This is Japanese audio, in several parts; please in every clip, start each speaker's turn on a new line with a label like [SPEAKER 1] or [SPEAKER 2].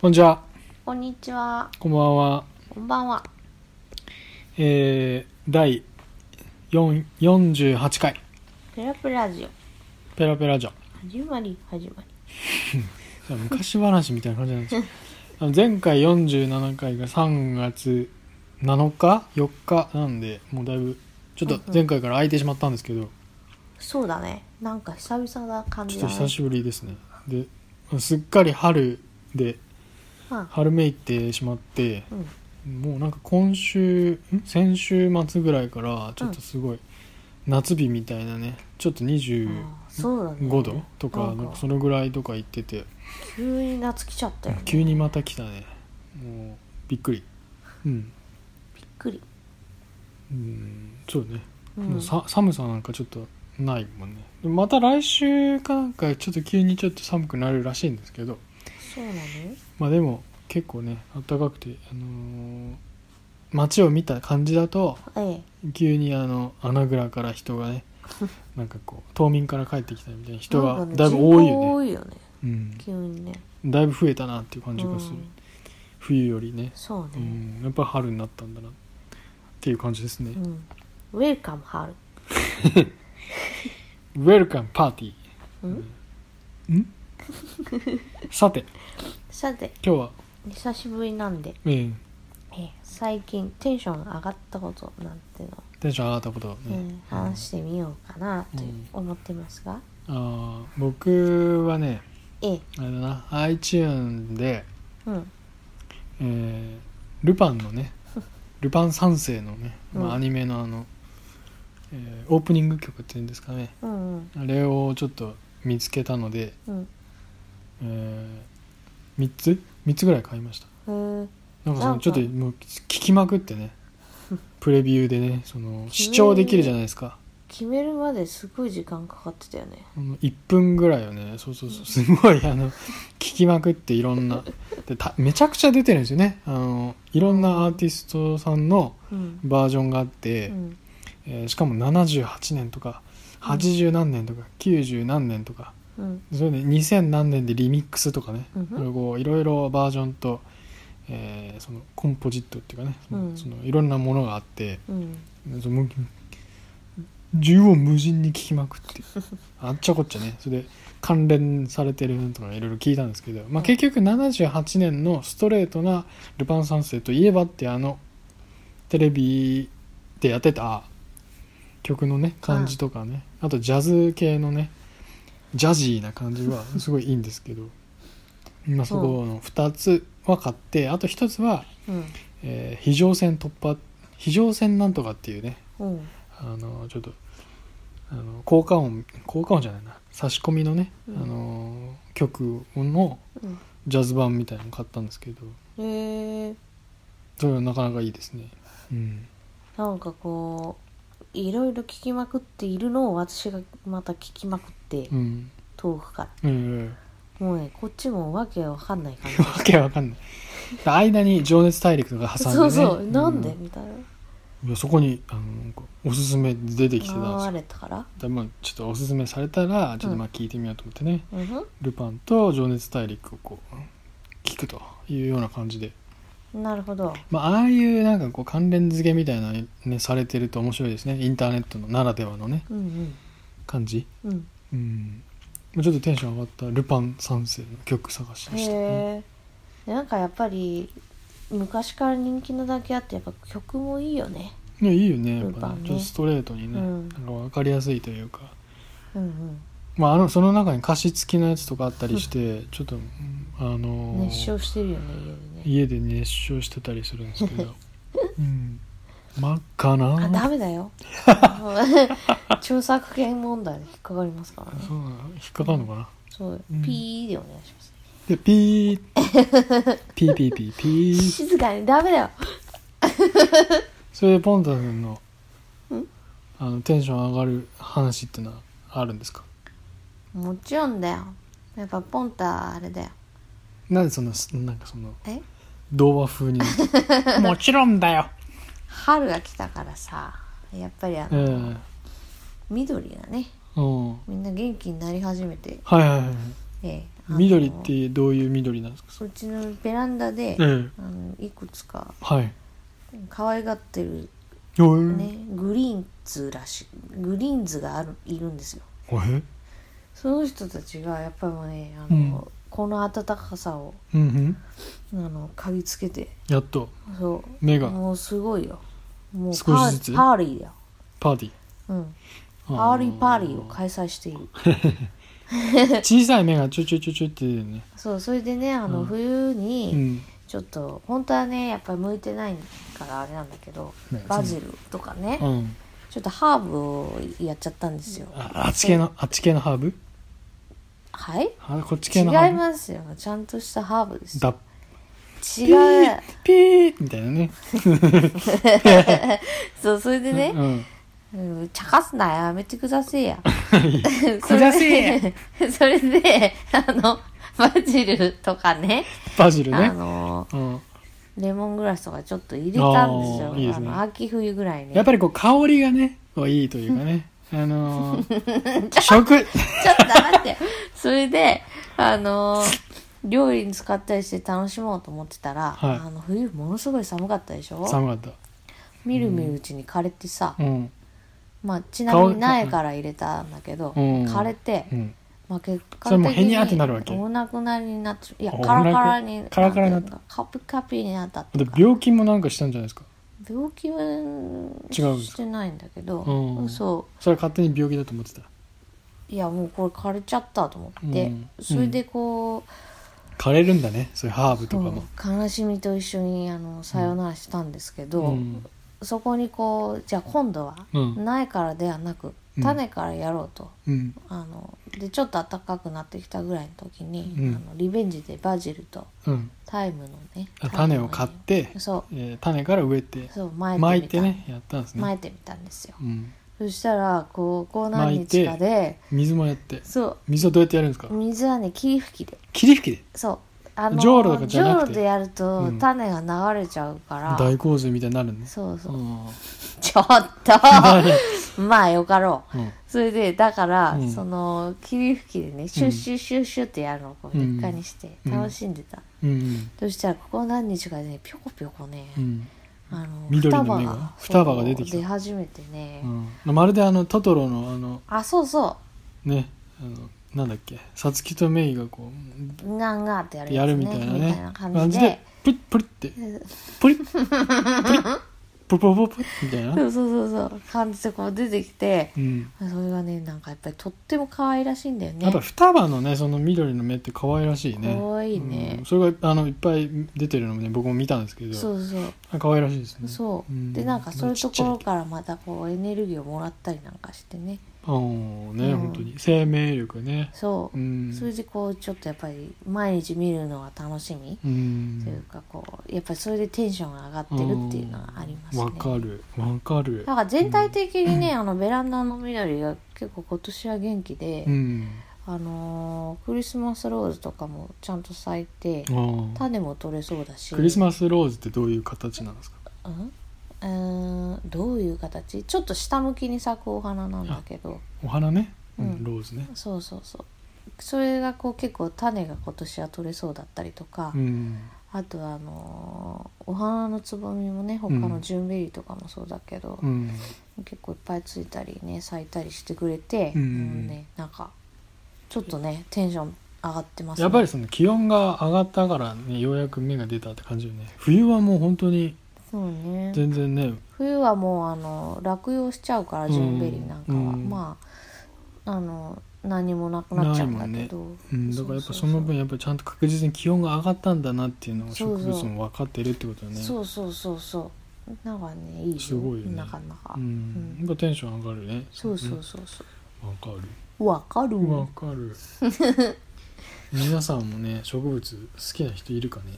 [SPEAKER 1] こんにちは、
[SPEAKER 2] こんにちは。
[SPEAKER 1] こんばんは。
[SPEAKER 2] こんばんは。
[SPEAKER 1] えー、第4 48回、
[SPEAKER 2] ペラペラジオ。
[SPEAKER 1] ペラペラジョ。
[SPEAKER 2] 始まり、始まり。
[SPEAKER 1] 昔話みたいな感じなんですよ。あの前回47回が3月7日 ?4 日なんで、もうだいぶ、ちょっと前回から空いてしまったんですけど、
[SPEAKER 2] そうだね。なんか久々な感
[SPEAKER 1] ちょ
[SPEAKER 2] じ
[SPEAKER 1] っ
[SPEAKER 2] だ
[SPEAKER 1] と
[SPEAKER 2] ね。
[SPEAKER 1] 久しぶりですね。で、すっかり春で、
[SPEAKER 2] うん
[SPEAKER 1] 春めいてしまって、
[SPEAKER 2] うん
[SPEAKER 1] もうなんか今週ん先週末ぐらいからちょっとすごい夏日みたいなねちょっと25
[SPEAKER 2] あーそうだね。
[SPEAKER 1] 度とか
[SPEAKER 2] なん
[SPEAKER 1] なん
[SPEAKER 2] か
[SPEAKER 1] かそのぐらいとか行ってて
[SPEAKER 2] 急に夏来ちゃったよ、ね。
[SPEAKER 1] 急
[SPEAKER 2] び
[SPEAKER 1] に
[SPEAKER 2] っ
[SPEAKER 1] また来たねもうびっくりうん、
[SPEAKER 2] くり。
[SPEAKER 1] うん、そうね、
[SPEAKER 2] うん
[SPEAKER 1] もうさ寒さなんかちょっとないもんねでまた来週かなんかちょっと急にちょっと寒くなるらしいんですけど
[SPEAKER 2] そうなの
[SPEAKER 1] まあでも結構ね暖かくてあのー街を見た感じだと
[SPEAKER 2] ええ。
[SPEAKER 1] 急にあの穴蔵から人 がねなんかこう冬眠から帰ってきたみたいな人
[SPEAKER 2] な
[SPEAKER 1] が
[SPEAKER 2] んかね
[SPEAKER 1] だいぶ多い
[SPEAKER 2] 人
[SPEAKER 1] よ
[SPEAKER 2] 口
[SPEAKER 1] ね
[SPEAKER 2] 多いよね。
[SPEAKER 1] うん、
[SPEAKER 2] 急にね。
[SPEAKER 1] だいぶ増えたなっていう感じ
[SPEAKER 2] う
[SPEAKER 1] がする、
[SPEAKER 2] ん、
[SPEAKER 1] 冬よりね、
[SPEAKER 2] そう
[SPEAKER 1] う
[SPEAKER 2] ね。
[SPEAKER 1] ん、やっぱ春になったんだなっていう感じですね
[SPEAKER 2] う、ん。ウェルカム春。
[SPEAKER 1] ウェルカムパーティ
[SPEAKER 2] うん。
[SPEAKER 1] ーん さて
[SPEAKER 2] さて、
[SPEAKER 1] 今日は、
[SPEAKER 2] 久しぶりなんで、
[SPEAKER 1] えー
[SPEAKER 2] ええ、最近テンション上がったことなんていうのを、
[SPEAKER 1] テンション上がったことをね、
[SPEAKER 2] ええ話してみようかなと思ってますが、
[SPEAKER 1] あー僕はね
[SPEAKER 2] ええ。
[SPEAKER 1] あれだな iTune で、
[SPEAKER 2] うん。
[SPEAKER 1] えールパンの ねルパン三世のね、ま
[SPEAKER 2] うん
[SPEAKER 1] あ、アニメのあの、えーオープニング曲っていうんですかね
[SPEAKER 2] うんうん。
[SPEAKER 1] あれをちょっと見つけたので、
[SPEAKER 2] うん。
[SPEAKER 1] え3つ3つぐらい買いました
[SPEAKER 2] へー
[SPEAKER 1] なんかそ
[SPEAKER 2] な
[SPEAKER 1] の
[SPEAKER 2] んか
[SPEAKER 1] ちょっともう聞きまくってねプレビューでねその視聴できるじゃないですか
[SPEAKER 2] 決めるまですごい時間かかってたよね
[SPEAKER 1] 1分ぐらいをねそうそうそうすごいあの聞きまくっていろんなでためちゃくちゃ出てるんですよねあのいろんなアーティストさんの
[SPEAKER 2] うん、
[SPEAKER 1] バージョンがあって、
[SPEAKER 2] うん、
[SPEAKER 1] えーしかも78年とか
[SPEAKER 2] うん
[SPEAKER 1] 80何年とか90何年とか
[SPEAKER 2] うん
[SPEAKER 1] それで2000何年でリミックスとかね
[SPEAKER 2] うんうん
[SPEAKER 1] こういろいろバージョンと、えーそのコンポジットっていうかねその,、
[SPEAKER 2] うん
[SPEAKER 1] そのいろんなものがあって
[SPEAKER 2] うん
[SPEAKER 1] その縦横無尽に聞きまくって あっちゃこっちゃねそれで関連されてるとかいろいろ聞いたんですけど、まあ、結局78年のストレートな「ルパン三世」といえばってあのテレビでやってた曲のね感じとかねあとジャズ系のねジャジーな感じ はすごいいいんですけど今そこの2つは買ってあと1つは、
[SPEAKER 2] うん
[SPEAKER 1] えー非常線突破非常線なんとかっていうね
[SPEAKER 2] うん
[SPEAKER 1] あのちょっとあの効果音効果音じゃないな差し込みのね、
[SPEAKER 2] うん
[SPEAKER 1] あの曲の
[SPEAKER 2] うん
[SPEAKER 1] ジャズ版みたいなの買ったんですけど
[SPEAKER 2] へえ
[SPEAKER 1] それはなかなかいいですね、うん、
[SPEAKER 2] なんかこういろいろ聞きまくっているのを私がまた聞きまくって
[SPEAKER 1] うん
[SPEAKER 2] 遠くか
[SPEAKER 1] う
[SPEAKER 2] ら
[SPEAKER 1] ん
[SPEAKER 2] もうねこっちもわけわかんない感じ
[SPEAKER 1] わけわかんない間に「情熱大陸」が挟んで、
[SPEAKER 2] そ
[SPEAKER 1] ね、
[SPEAKER 2] うそうなんで、
[SPEAKER 1] う
[SPEAKER 2] みたいない
[SPEAKER 1] やそこにあのなんかおすすめ出てきてたんです
[SPEAKER 2] 現
[SPEAKER 1] よ
[SPEAKER 2] れたから
[SPEAKER 1] でもちょっとおすすめされたらちょっとまあ聞いてみようと思ってね、
[SPEAKER 2] うんふ
[SPEAKER 1] ルパンと情熱大陸をこう聞くというような感じで
[SPEAKER 2] んなるほど
[SPEAKER 1] まあ、ああいうなんかこう関連付けみたいなねされてると面白いですねインターネットのならではのね
[SPEAKER 2] うん
[SPEAKER 1] 感じ
[SPEAKER 2] うんうん
[SPEAKER 1] うんちょっとテンション上がった「ルパン三世」の曲探しでしたね
[SPEAKER 2] へえなんかやっぱり昔から人気なだけあってやっぱ曲もいいよね
[SPEAKER 1] ねいいよねやっ
[SPEAKER 2] ル
[SPEAKER 1] ぱ
[SPEAKER 2] パ
[SPEAKER 1] ね
[SPEAKER 2] ンね
[SPEAKER 1] ちょっとストレートにね、
[SPEAKER 2] うん
[SPEAKER 1] なんか分かりやすいというか、
[SPEAKER 2] うん
[SPEAKER 1] まあ、あのその中に歌詞付きのやつとかあったりしてちょっとうんあの
[SPEAKER 2] うん
[SPEAKER 1] ー
[SPEAKER 2] 熱唱してるよね家でね
[SPEAKER 1] 家で熱唱してたりするんですけ ど、うん、真っ赤な
[SPEAKER 2] あダメだよ もう著作権問題で引っかかりますからね
[SPEAKER 1] そうなの引っかかるのかな
[SPEAKER 2] そう
[SPEAKER 1] うん
[SPEAKER 2] ピーでお願いします
[SPEAKER 1] でピー ピーピーピーピー
[SPEAKER 2] 静かにダメだよ
[SPEAKER 1] それでポンタ君のあのテンション上がる話ってのはあるんですか
[SPEAKER 2] もちろんだよやっぱポンタあれだよ
[SPEAKER 1] なんでそんなすなんかその
[SPEAKER 2] え
[SPEAKER 1] 童話 風にもちろんだよ、
[SPEAKER 2] 春が来たからさやっぱりあ
[SPEAKER 1] ええ
[SPEAKER 2] の、緑がね
[SPEAKER 1] うん、はい
[SPEAKER 2] みんな元気になり始めて
[SPEAKER 1] はいはい
[SPEAKER 2] ええあの
[SPEAKER 1] 緑ってどういう緑なんですか
[SPEAKER 2] うちのベランダで、
[SPEAKER 1] ええ
[SPEAKER 2] あのいくつか
[SPEAKER 1] はい
[SPEAKER 2] 可愛がってる
[SPEAKER 1] おえ
[SPEAKER 2] ね、グリーンズらしいグリーンズがあるいるんですよ
[SPEAKER 1] おえ
[SPEAKER 2] その人たちがやっぱりもうねあの、
[SPEAKER 1] うん
[SPEAKER 2] この暖かさを
[SPEAKER 1] うんうん
[SPEAKER 2] あの嗅ぎつけて
[SPEAKER 1] やっと
[SPEAKER 2] そう
[SPEAKER 1] 目が
[SPEAKER 2] もうすごいよもう
[SPEAKER 1] 少し
[SPEAKER 2] パー
[SPEAKER 1] ずつ
[SPEAKER 2] パーリーだよ、
[SPEAKER 1] パーティー
[SPEAKER 2] うん、
[SPEAKER 1] あ
[SPEAKER 2] パーリーパーリーを開催している
[SPEAKER 1] 小さい目がちょちょちょちょって出てるね
[SPEAKER 2] そうそれでねあの、
[SPEAKER 1] うん
[SPEAKER 2] 冬
[SPEAKER 1] う
[SPEAKER 2] に
[SPEAKER 1] ん
[SPEAKER 2] ちょっと本当はねやっぱり向いてないからあれなんだけど
[SPEAKER 1] ね
[SPEAKER 2] バジルとかね
[SPEAKER 1] うん
[SPEAKER 2] ちょっとハーブをやっちゃったんですよ
[SPEAKER 1] ああっち系のあっち系のハーブ
[SPEAKER 2] はい
[SPEAKER 1] あこっち
[SPEAKER 2] 違
[SPEAKER 1] 系
[SPEAKER 2] い
[SPEAKER 1] のハーブ
[SPEAKER 2] ますよちゃんとしたハーブです
[SPEAKER 1] だ
[SPEAKER 2] 違う
[SPEAKER 1] ピーみたいなね
[SPEAKER 2] そうそれでね、
[SPEAKER 1] うん
[SPEAKER 2] うん、茶化すなやめてくださいや
[SPEAKER 1] くだせえ
[SPEAKER 2] やそれで あのバジルとかね
[SPEAKER 1] バジル
[SPEAKER 2] あ
[SPEAKER 1] ね
[SPEAKER 2] の
[SPEAKER 1] うん
[SPEAKER 2] レモングラスとかちょっと入れたんです
[SPEAKER 1] あ
[SPEAKER 2] よ
[SPEAKER 1] ーいいですね
[SPEAKER 2] あの秋冬ぐらい
[SPEAKER 1] や
[SPEAKER 2] ね
[SPEAKER 1] っぱりこう香りがねこういいというかねあの ー食
[SPEAKER 2] ちょっと待ってそれであの料理に使ったりして楽しもうと思ってたら、
[SPEAKER 1] はい
[SPEAKER 2] あの冬ものすごい寒かったでしょ
[SPEAKER 1] 寒かっ
[SPEAKER 2] みるみるうちに枯れてさ、
[SPEAKER 1] たうん
[SPEAKER 2] まあ、ちなみに苗から入れたんだけど、
[SPEAKER 1] うん
[SPEAKER 2] 枯れて、
[SPEAKER 1] うん
[SPEAKER 2] まあ、結果
[SPEAKER 1] それ
[SPEAKER 2] 的
[SPEAKER 1] もうへに
[SPEAKER 2] に
[SPEAKER 1] ゃーってなるわけ
[SPEAKER 2] お亡くなりになってしいや
[SPEAKER 1] お
[SPEAKER 2] カラカラに
[SPEAKER 1] お亡くカラカラになった
[SPEAKER 2] んていうのカピカピになったって
[SPEAKER 1] で
[SPEAKER 2] いうか
[SPEAKER 1] 病気もなんかしたんじゃないですか
[SPEAKER 2] 病気は
[SPEAKER 1] うんですか
[SPEAKER 2] してないんだけど、
[SPEAKER 1] うん
[SPEAKER 2] そ
[SPEAKER 1] それ勝手に病気だと思ってた
[SPEAKER 2] ういやもうこれ枯れちゃったと思って、
[SPEAKER 1] うん
[SPEAKER 2] それでこ
[SPEAKER 1] 枯れるんだねそういうハーブ
[SPEAKER 2] う、
[SPEAKER 1] とかも
[SPEAKER 2] そう悲しみと一緒にあのさよならしたんですけど、
[SPEAKER 1] うん
[SPEAKER 2] そこにこうじゃあ今度は
[SPEAKER 1] うん
[SPEAKER 2] 苗からではなく
[SPEAKER 1] うん
[SPEAKER 2] 種からやろうと、
[SPEAKER 1] うん
[SPEAKER 2] あのでちょっと暖かくなってきたぐらいの時に、
[SPEAKER 1] うん
[SPEAKER 2] あのリベンジでバジルと
[SPEAKER 1] うん
[SPEAKER 2] タイムのね
[SPEAKER 1] あ種を買って
[SPEAKER 2] そ
[SPEAKER 1] えー種から植えて
[SPEAKER 2] うそう巻いて
[SPEAKER 1] 巻
[SPEAKER 2] みた
[SPEAKER 1] いてねやったんです
[SPEAKER 2] 巻
[SPEAKER 1] ね
[SPEAKER 2] いてみたんですよ
[SPEAKER 1] うん
[SPEAKER 2] そしたらこうこう何日かで
[SPEAKER 1] 水もやって
[SPEAKER 2] そ
[SPEAKER 1] 水をどうやってやるんですか
[SPEAKER 2] う水はね霧吹きで
[SPEAKER 1] 霧吹きで
[SPEAKER 2] そうあの
[SPEAKER 1] じょうろとかじゃなくて
[SPEAKER 2] じょうろでやると、
[SPEAKER 1] うん
[SPEAKER 2] 種が流れちゃうから
[SPEAKER 1] 大洪水みたいになるんです
[SPEAKER 2] そうそ
[SPEAKER 1] う
[SPEAKER 2] う、
[SPEAKER 1] ん
[SPEAKER 2] ちょっ と まあよかろう
[SPEAKER 1] うん
[SPEAKER 2] それでだから、
[SPEAKER 1] うん
[SPEAKER 2] その霧吹きでねシュッシュッシュッシュッってやるのをこう日課にして
[SPEAKER 1] うん
[SPEAKER 2] 楽しんでた、
[SPEAKER 1] うん
[SPEAKER 2] そしたらここ何日かでねぴょこぴょこね、
[SPEAKER 1] うん
[SPEAKER 2] あの
[SPEAKER 1] 緑の
[SPEAKER 2] 双葉
[SPEAKER 1] 芽が
[SPEAKER 2] が
[SPEAKER 1] 双葉が出てきた
[SPEAKER 2] そう出始めてね、
[SPEAKER 1] うんまるであのトトロのあの
[SPEAKER 2] あそうそ
[SPEAKER 1] ねあのなんだっけさつきとメイがこ
[SPEAKER 2] うなんがーってやる
[SPEAKER 1] う
[SPEAKER 2] や
[SPEAKER 1] や
[SPEAKER 2] つ
[SPEAKER 1] るみたいな
[SPEAKER 2] み
[SPEAKER 1] ね
[SPEAKER 2] たいな
[SPEAKER 1] 感
[SPEAKER 2] 感
[SPEAKER 1] じ
[SPEAKER 2] じ
[SPEAKER 1] で
[SPEAKER 2] で
[SPEAKER 1] プリップリってプリップリッポポポポみたい
[SPEAKER 2] そ
[SPEAKER 1] な
[SPEAKER 2] うそうそうそう感じでこう出てきて
[SPEAKER 1] うん
[SPEAKER 2] それがねなんかやっぱりとっても可愛らしいんだよね
[SPEAKER 1] やっぱ双葉のねその緑の芽って可愛らしいね
[SPEAKER 2] 可愛いね
[SPEAKER 1] うんそれがあのいっぱい出てるのもね僕も見たんですけど
[SPEAKER 2] そうそう
[SPEAKER 1] 可愛らしいですね
[SPEAKER 2] そう、
[SPEAKER 1] ん
[SPEAKER 2] でなんかそういうところ
[SPEAKER 1] ちっち
[SPEAKER 2] からまたこうエネルギーをもらったりなんかしてね
[SPEAKER 1] ゃいうんね、
[SPEAKER 2] うん
[SPEAKER 1] 本当に生命力ね
[SPEAKER 2] そう、
[SPEAKER 1] うん
[SPEAKER 2] それでこうちょっとやっぱり毎日見るのが楽しみ
[SPEAKER 1] う
[SPEAKER 2] というんかこうやっぱりそれでテンションが上がってるっていうのがありますね
[SPEAKER 1] わかるわかる
[SPEAKER 2] なんか全体的にね、あのベランダの緑が結構今年は元気で、
[SPEAKER 1] うん
[SPEAKER 2] あのークリスマスローズとかもちゃんと咲いて
[SPEAKER 1] あー
[SPEAKER 2] 種も取れそうだし
[SPEAKER 1] クリスマスローズってどういう形なんですか
[SPEAKER 2] うんうーんどういう形ちょっと下向きに咲くお花なんだけど
[SPEAKER 1] お花ね、う、
[SPEAKER 2] うんん
[SPEAKER 1] ローズね
[SPEAKER 2] そうそうそうそれがこう結構種が今年は取れそうだったりとか、
[SPEAKER 1] うん
[SPEAKER 2] あとはあのーお花のつぼみもね他のジュンベリーとかもそうだけど、
[SPEAKER 1] うん
[SPEAKER 2] 結構いっぱいついたりね咲いたりしてくれて、
[SPEAKER 1] うん
[SPEAKER 2] もねなんかちょっとねテンション上がってますね
[SPEAKER 1] やっぱりその気温が上がったからねようやく芽が出たって感じよね冬はもう本当に
[SPEAKER 2] そうね
[SPEAKER 1] 全然ね
[SPEAKER 2] 冬はもうあの落葉しちゃうから
[SPEAKER 1] うん
[SPEAKER 2] ジュンベリーなんかは、
[SPEAKER 1] うん
[SPEAKER 2] まああの何もなくなっちゃうんだけど、
[SPEAKER 1] うん、だからやっぱその分やっぱちゃんと確実に気温が上がったんだなっていうのを植物も分かってるってことだね
[SPEAKER 2] そうそうそうそうなんかねいいよ
[SPEAKER 1] すごいよね
[SPEAKER 2] なかなか、
[SPEAKER 1] ん
[SPEAKER 2] う
[SPEAKER 1] やっぱテンション上がるね
[SPEAKER 2] そうそう
[SPEAKER 1] ね
[SPEAKER 2] そうそう
[SPEAKER 1] わかる
[SPEAKER 2] わかる
[SPEAKER 1] わかる皆さんもね植物好きな人いるかね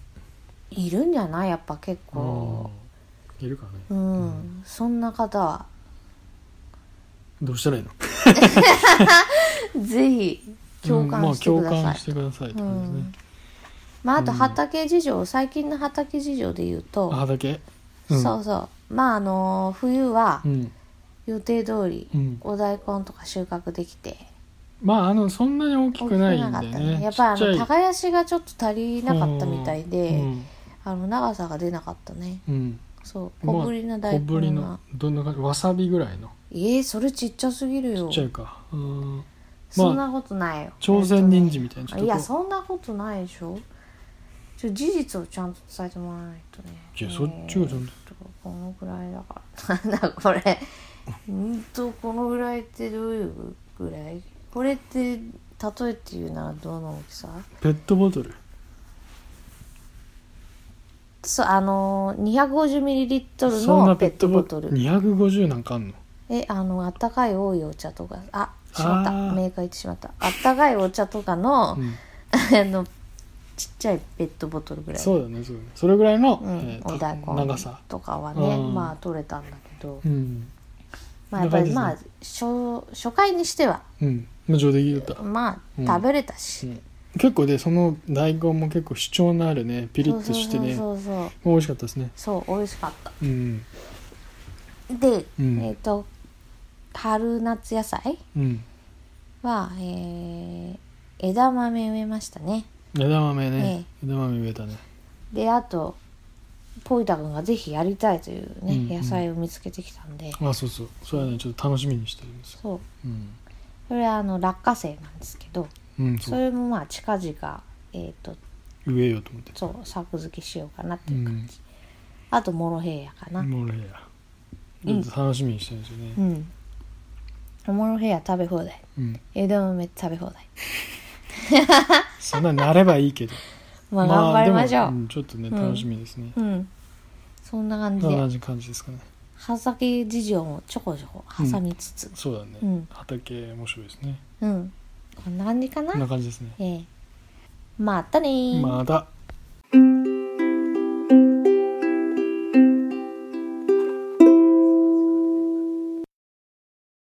[SPEAKER 2] いるんじゃないやっぱ結
[SPEAKER 1] あ
[SPEAKER 2] 構
[SPEAKER 1] ーいるかね
[SPEAKER 2] うん、そんな方は
[SPEAKER 1] どうしたらいいの
[SPEAKER 2] ぜひ共感して
[SPEAKER 1] うん
[SPEAKER 2] く
[SPEAKER 1] まあ、共
[SPEAKER 2] ださ
[SPEAKER 1] 感
[SPEAKER 2] い
[SPEAKER 1] し。てくださいって
[SPEAKER 2] う
[SPEAKER 1] 感じですね
[SPEAKER 2] ん、まああと
[SPEAKER 1] うん
[SPEAKER 2] 畑事情、最近の畑事情で言うと
[SPEAKER 1] あ、畑うん
[SPEAKER 2] そうそうまああのー冬は
[SPEAKER 1] うん
[SPEAKER 2] 予定通り
[SPEAKER 1] うん
[SPEAKER 2] お大根とか収穫できて、
[SPEAKER 1] まああのそんなに大き
[SPEAKER 2] 大き
[SPEAKER 1] く
[SPEAKER 2] く
[SPEAKER 1] ない
[SPEAKER 2] なんかっ
[SPEAKER 1] で
[SPEAKER 2] た
[SPEAKER 1] ね
[SPEAKER 2] ねやっぱりあの
[SPEAKER 1] ちっちゃい
[SPEAKER 2] 耕しがちょっと足りなかったみたいで、
[SPEAKER 1] うん
[SPEAKER 2] あの長さが出なかったね
[SPEAKER 1] うん
[SPEAKER 2] そう
[SPEAKER 1] まあ
[SPEAKER 2] 小ぶりな大
[SPEAKER 1] 小
[SPEAKER 2] 根が、
[SPEAKER 1] ぶりのどんな感じわさびぐらいの
[SPEAKER 2] えー、それちっちゃすぎるよ
[SPEAKER 1] ちっちゃいかうん
[SPEAKER 2] そんなことないよ
[SPEAKER 1] 朝鮮人参みたいなちょっとこう
[SPEAKER 2] いやそんなことないでしょちょ事実をちゃんと伝えてもらわないとね
[SPEAKER 1] いやそっちがちゃんと
[SPEAKER 2] えーとこのぐらいだからなんだこれうんとこのぐらいってどういうぐらいこれって例えっていうならどの大きさ
[SPEAKER 1] ペットボトル
[SPEAKER 2] そうあのー 250ml
[SPEAKER 1] そんな
[SPEAKER 2] の
[SPEAKER 1] ペ
[SPEAKER 2] ペ
[SPEAKER 1] ッ
[SPEAKER 2] ッ
[SPEAKER 1] ト
[SPEAKER 2] ト
[SPEAKER 1] ボ
[SPEAKER 2] ボ
[SPEAKER 1] ト
[SPEAKER 2] ト
[SPEAKER 1] ル
[SPEAKER 2] ル
[SPEAKER 1] 250なんかあんの
[SPEAKER 2] えあのあったかい多いお茶とかあしまった
[SPEAKER 1] あー
[SPEAKER 2] メーカー行ってしまったあったかいお茶とかの,、
[SPEAKER 1] うん
[SPEAKER 2] あのちっちゃいペットボトルぐらい
[SPEAKER 1] そうだねそうだねそれぐらいの
[SPEAKER 2] うん
[SPEAKER 1] えー
[SPEAKER 2] お大根
[SPEAKER 1] 長さ
[SPEAKER 2] とかはね、
[SPEAKER 1] うん
[SPEAKER 2] まあ取れたんだけど、
[SPEAKER 1] うん
[SPEAKER 2] まあやっぱり
[SPEAKER 1] そん
[SPEAKER 2] ま
[SPEAKER 1] な
[SPEAKER 2] あ
[SPEAKER 1] 感
[SPEAKER 2] 初初回にしては
[SPEAKER 1] うんまあ上出来だった
[SPEAKER 2] ま
[SPEAKER 1] うん
[SPEAKER 2] あ食べれたし、
[SPEAKER 1] うん結構でその大根も結構主張のあるねピリッとしてね
[SPEAKER 2] そうそうそう
[SPEAKER 1] 美味しかったですね
[SPEAKER 2] そうそう美味しかった
[SPEAKER 1] うん
[SPEAKER 2] で、
[SPEAKER 1] うん
[SPEAKER 2] えっ、と春夏野菜
[SPEAKER 1] うん
[SPEAKER 2] は、えー枝豆植えましたね
[SPEAKER 1] 枝豆ね、枝豆植えたね
[SPEAKER 2] であとポイタ君がぜひやりたいというね、
[SPEAKER 1] うんうん
[SPEAKER 2] 野菜を見つけてきたんで
[SPEAKER 1] あそうそうそれはねちょっと楽しみにしてるんですよ
[SPEAKER 2] そう
[SPEAKER 1] うん、
[SPEAKER 2] それはあの落花生なんですけど
[SPEAKER 1] うん、
[SPEAKER 2] そ
[SPEAKER 1] そう
[SPEAKER 2] れもまあ近々、えー、と
[SPEAKER 1] 植えようと思って
[SPEAKER 2] そう作付けしようかなって
[SPEAKER 1] う
[SPEAKER 2] いうか、
[SPEAKER 1] ん
[SPEAKER 2] あとモロヘイヤかな
[SPEAKER 1] もう俺や
[SPEAKER 2] うん
[SPEAKER 1] 楽しみにしてるんですよね
[SPEAKER 2] うん、モロヘイヤ食べ放題
[SPEAKER 1] うん
[SPEAKER 2] 枝豆食べ放題
[SPEAKER 1] そんなになればいいけど
[SPEAKER 2] まあ頑張りましょう、
[SPEAKER 1] でもんちょっとね
[SPEAKER 2] うん
[SPEAKER 1] 楽しみですね、
[SPEAKER 2] うんそんな感じで
[SPEAKER 1] 同じ感じですかね
[SPEAKER 2] 畑事情もちょこちょこ挟みつつ
[SPEAKER 1] そうだね、
[SPEAKER 2] うん
[SPEAKER 1] 畑面白いですね
[SPEAKER 2] うん、こんな感じかな、
[SPEAKER 1] こんな感じですね
[SPEAKER 2] ええまたねー
[SPEAKER 1] まだ
[SPEAKER 2] 「